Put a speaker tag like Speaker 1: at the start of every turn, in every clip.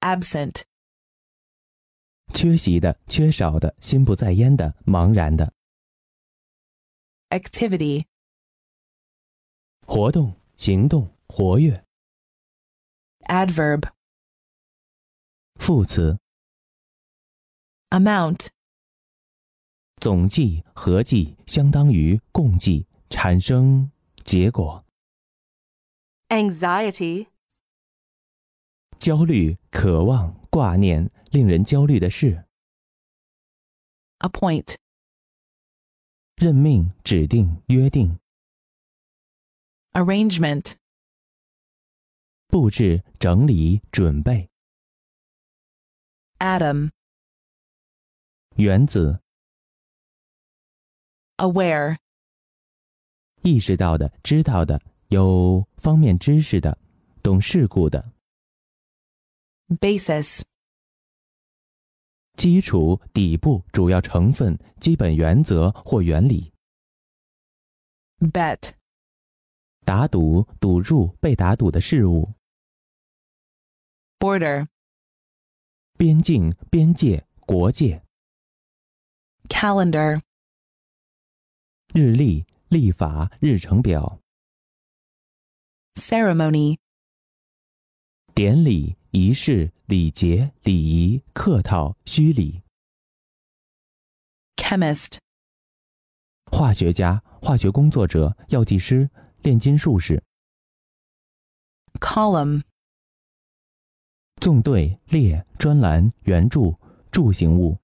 Speaker 1: absent,
Speaker 2: 缺席的、缺少的、心不在焉的、茫然的
Speaker 1: activity,
Speaker 2: 活动、行动、活跃、
Speaker 1: adverb,
Speaker 2: 副词、
Speaker 1: amount,
Speaker 2: 总计、合计、相当于、共计、产生、结果、
Speaker 3: anxiety,
Speaker 2: 焦虑、渴望、挂念、令人焦虑的事、
Speaker 1: appoint,
Speaker 2: 任命、指定、约定、
Speaker 1: arrangement,
Speaker 2: 布置、整理、准备、
Speaker 1: atom,
Speaker 2: 原子、
Speaker 1: aware,
Speaker 2: 意识到的、知道的、有方面知识的、懂事故的、
Speaker 1: basis,
Speaker 2: 基础、底部、主要成分、基本原则或原理、
Speaker 1: bet,
Speaker 2: 打赌、赌注、被打赌的事物、
Speaker 1: border,
Speaker 2: 边境、边界、国界、
Speaker 1: calendar,
Speaker 2: 日历、历法、日程表、
Speaker 1: ceremony,
Speaker 2: 典礼、仪式、礼节、礼仪、客套、虚礼、
Speaker 1: chemist,
Speaker 2: 化学家、化学工作者、药剂师、炼金术士、
Speaker 1: column,
Speaker 2: 纵队、列、专栏、圆柱、柱形物、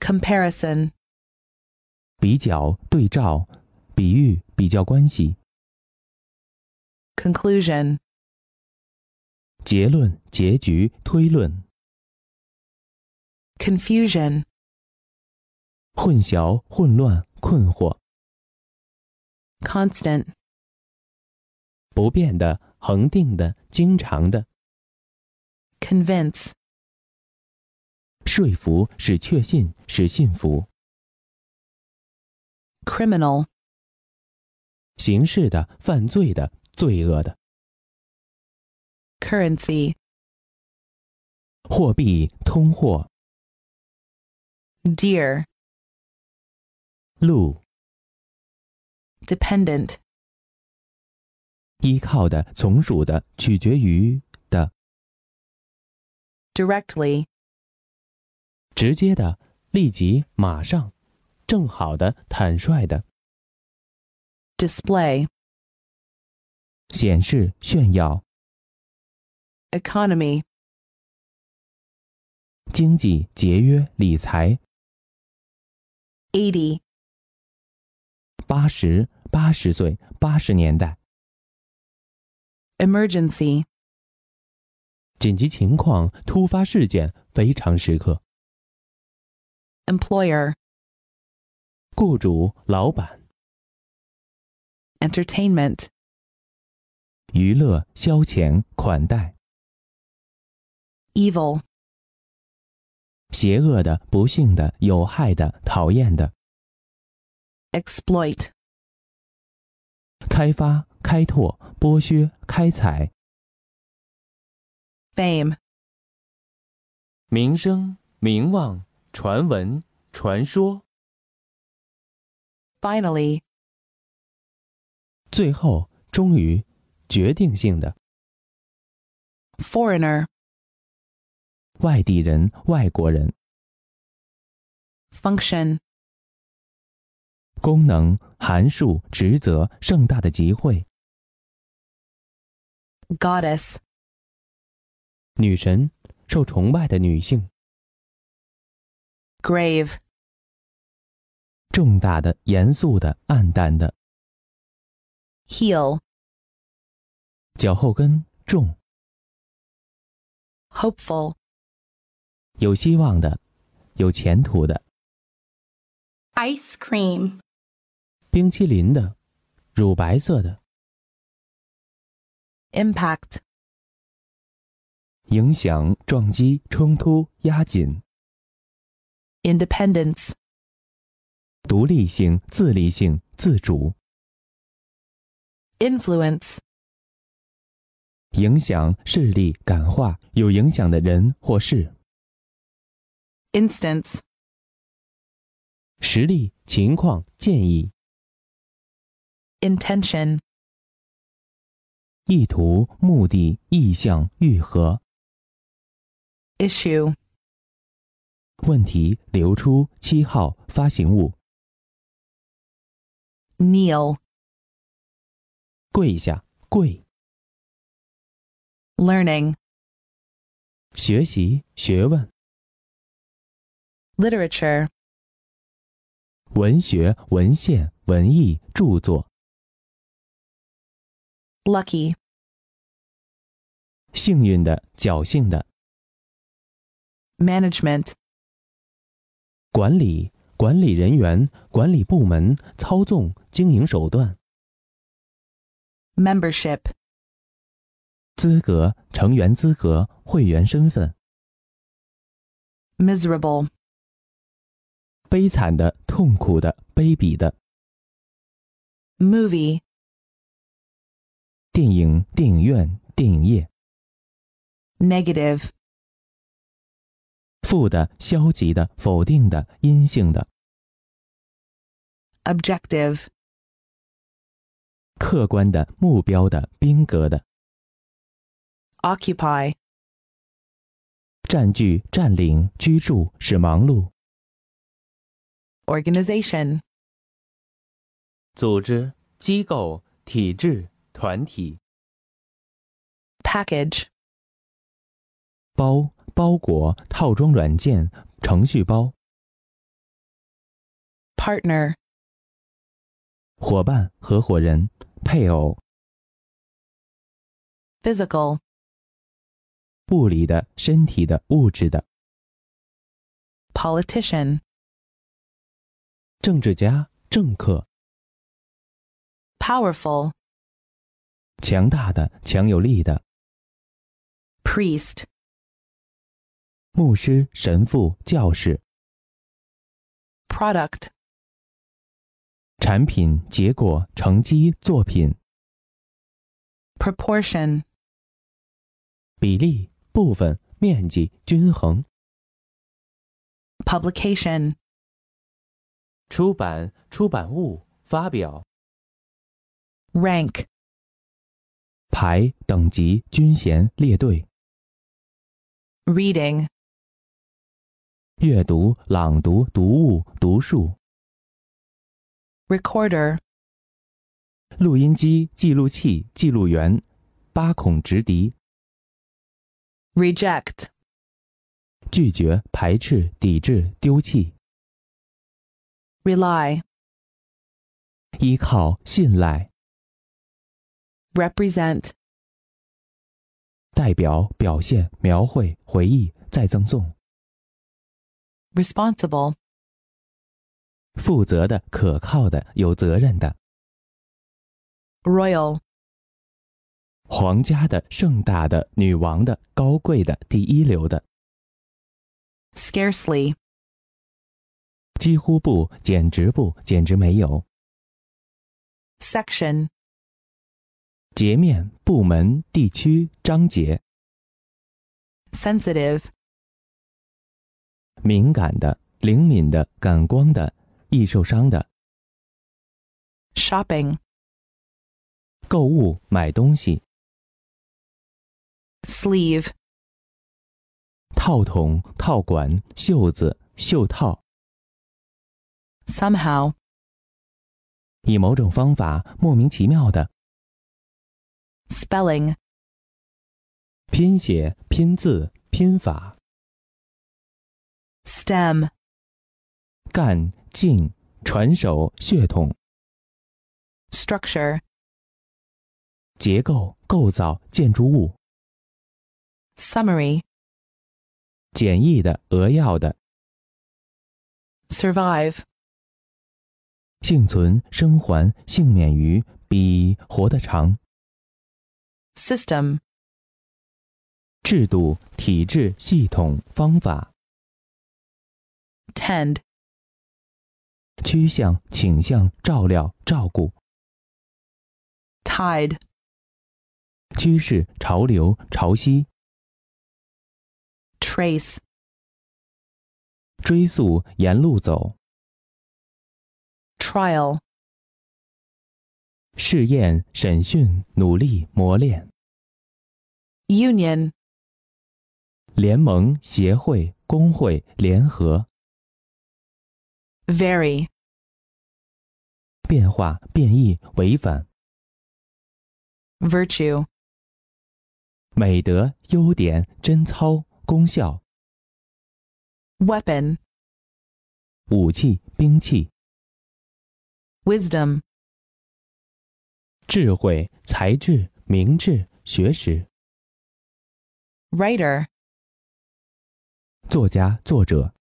Speaker 1: comparison,
Speaker 2: 比较、对照、比喻、比较关系、
Speaker 1: conclusion,
Speaker 2: 结论、结局、推论、
Speaker 1: confusion,
Speaker 2: 混淆、混乱、困惑、
Speaker 1: constant,
Speaker 2: 不变的、恒定的、经常的。
Speaker 1: convince,
Speaker 2: 说服使确信，使信服。
Speaker 1: criminal,
Speaker 2: 刑事的、犯罪的、罪恶的。
Speaker 1: currency,
Speaker 2: 货币、通货、
Speaker 1: dear,
Speaker 2: 路、
Speaker 1: dependent,
Speaker 2: 依靠的、从属的、取决于的、
Speaker 1: directly,
Speaker 2: 直接的、立即、马上、正好的、坦率的、
Speaker 1: display,
Speaker 2: 显示、炫耀、
Speaker 1: economy,
Speaker 2: 经济、节约、理财、
Speaker 1: 80,
Speaker 2: 八十、八十岁、八十年代、
Speaker 1: emergency,
Speaker 2: 紧急情况、突发事件、非常时刻。
Speaker 1: employer,
Speaker 2: 雇主、老板、
Speaker 1: entertainment,
Speaker 2: 娱乐、消遣、款待、
Speaker 1: evil,
Speaker 2: 邪恶的、不幸的、有害的、讨厌的、
Speaker 1: exploit,
Speaker 2: 开发、开拓、剥削、开采、
Speaker 1: fame,
Speaker 2: 名声、名望、传闻、传说，
Speaker 1: finally,
Speaker 2: 最后终于决定性的
Speaker 1: foreigner,
Speaker 2: 外地人、外国人、
Speaker 1: function,
Speaker 2: 功能、函数、职责、盛大的集会、
Speaker 1: goddess,
Speaker 2: 女神、受崇拜的女性、
Speaker 1: grave,
Speaker 2: 重大的、严肃的、暗淡的、
Speaker 1: heel,
Speaker 2: 脚后跟重、
Speaker 1: hopeful,
Speaker 2: 有希望的、有前途的、
Speaker 3: ice cream,
Speaker 2: 冰淇淋的、乳白色的、
Speaker 1: impact,
Speaker 2: 影响、撞击、冲突、压紧。
Speaker 1: independence,
Speaker 2: 独立性、自立性、自主、
Speaker 1: influence,
Speaker 2: 影响、势力、感化有影响的人或事。
Speaker 1: instance,
Speaker 2: 实例、情况、建议、
Speaker 1: intention,
Speaker 2: 意图、目的、意向、愈合、
Speaker 1: issue,
Speaker 2: 问题、流出、七号、发行物。
Speaker 1: kneel,
Speaker 2: 跪下，跪。
Speaker 1: learning,
Speaker 2: 学习、学问、
Speaker 1: literature,
Speaker 2: 文学、文献、文艺著作。
Speaker 1: lucky,
Speaker 2: 幸运的、侥幸的。
Speaker 1: management,
Speaker 2: 管理、管理人员、管理部门、操纵、经营手段、
Speaker 1: membership,
Speaker 2: 资格、成员资格、会员身份。
Speaker 1: miserable,
Speaker 2: 悲惨的、痛苦的、卑鄙的。
Speaker 1: movie,
Speaker 2: 电影、电影院、电影业。
Speaker 1: negative,
Speaker 2: 负的、消极的、否定的、阴性的。
Speaker 1: objective,
Speaker 2: 客观的、目标的、宾格的。
Speaker 1: occupy,
Speaker 2: 占据、占领、居住、使忙碌。
Speaker 1: organization,
Speaker 2: 组织、机构、体制、团体。
Speaker 1: package,
Speaker 2: 包、包裹、套装软件、程序包、
Speaker 1: partner,
Speaker 2: 伙伴、合伙人、配偶、
Speaker 1: physical,
Speaker 2: 物理的、身体的、物质的、
Speaker 1: politician,
Speaker 2: 政治家、政客、
Speaker 1: powerful,
Speaker 2: 强大的、强有力的、
Speaker 1: priest,
Speaker 2: 牧师、神父、教士、
Speaker 1: product,
Speaker 2: 产品、结果、成绩、作品、
Speaker 1: proportion,
Speaker 2: 比例、部分、面积、均衡、
Speaker 1: publication,
Speaker 2: 出版、出版物、发表、
Speaker 1: rank,
Speaker 2: 排、等级、军衔、列队、
Speaker 1: reading,
Speaker 2: 阅读、朗读、读物、读数、
Speaker 1: recorder,
Speaker 2: 录音机、记录器、记录员、八孔直笛、
Speaker 1: reject,
Speaker 2: 拒绝、排斥、抵制、丢弃、
Speaker 1: rely,
Speaker 2: 依靠、信赖、
Speaker 1: represent,
Speaker 2: 代表、表现、描绘、回忆、再赠送、
Speaker 1: responsible,
Speaker 2: 负责的、可靠的、有责任的、
Speaker 1: royal,
Speaker 2: 皇家的、盛大的、女王的、高贵的、第一流的、
Speaker 1: scarcely,
Speaker 2: 几乎不、简直不、简直没有、
Speaker 1: section,
Speaker 2: 截面、部门、地区、章节、
Speaker 1: sensitive,
Speaker 2: 敏感的、灵敏的、感光的、易受伤的、
Speaker 1: shopping,
Speaker 2: 购物、买东西、
Speaker 1: sleeve,
Speaker 2: 套筒、套管、袖子、袖套，
Speaker 1: somehow,
Speaker 2: 以某种方法莫名其妙的
Speaker 1: spelling,
Speaker 2: 拼写、拼字、拼法、
Speaker 1: stem,
Speaker 2: 干净、传手、血统、
Speaker 1: structure,
Speaker 2: 结构、构造、建筑物、
Speaker 1: summary,
Speaker 2: 简易的、扼要的、
Speaker 1: survive,
Speaker 2: 幸存、生还、幸免于、比活得长、
Speaker 1: system,
Speaker 2: 制度、体制、系统、方法、
Speaker 1: tend,
Speaker 2: 趋向、倾向、照料、照顾、
Speaker 1: tide,
Speaker 2: 趋势、潮流、潮汐、
Speaker 1: trace,
Speaker 2: 追溯、沿路走、
Speaker 1: trial,
Speaker 2: 试验、审讯、努力、磨练、
Speaker 1: union,
Speaker 2: 联盟、协会、工会、联合、
Speaker 1: vary,
Speaker 2: 变化、变异、违反、
Speaker 1: virtue,
Speaker 2: 美德、优点、贞操、功效、
Speaker 1: weapon,
Speaker 2: 武器、兵器、
Speaker 1: wisdom,
Speaker 2: 智慧、才智、明智、学识、
Speaker 1: writer,
Speaker 2: 作家、作者、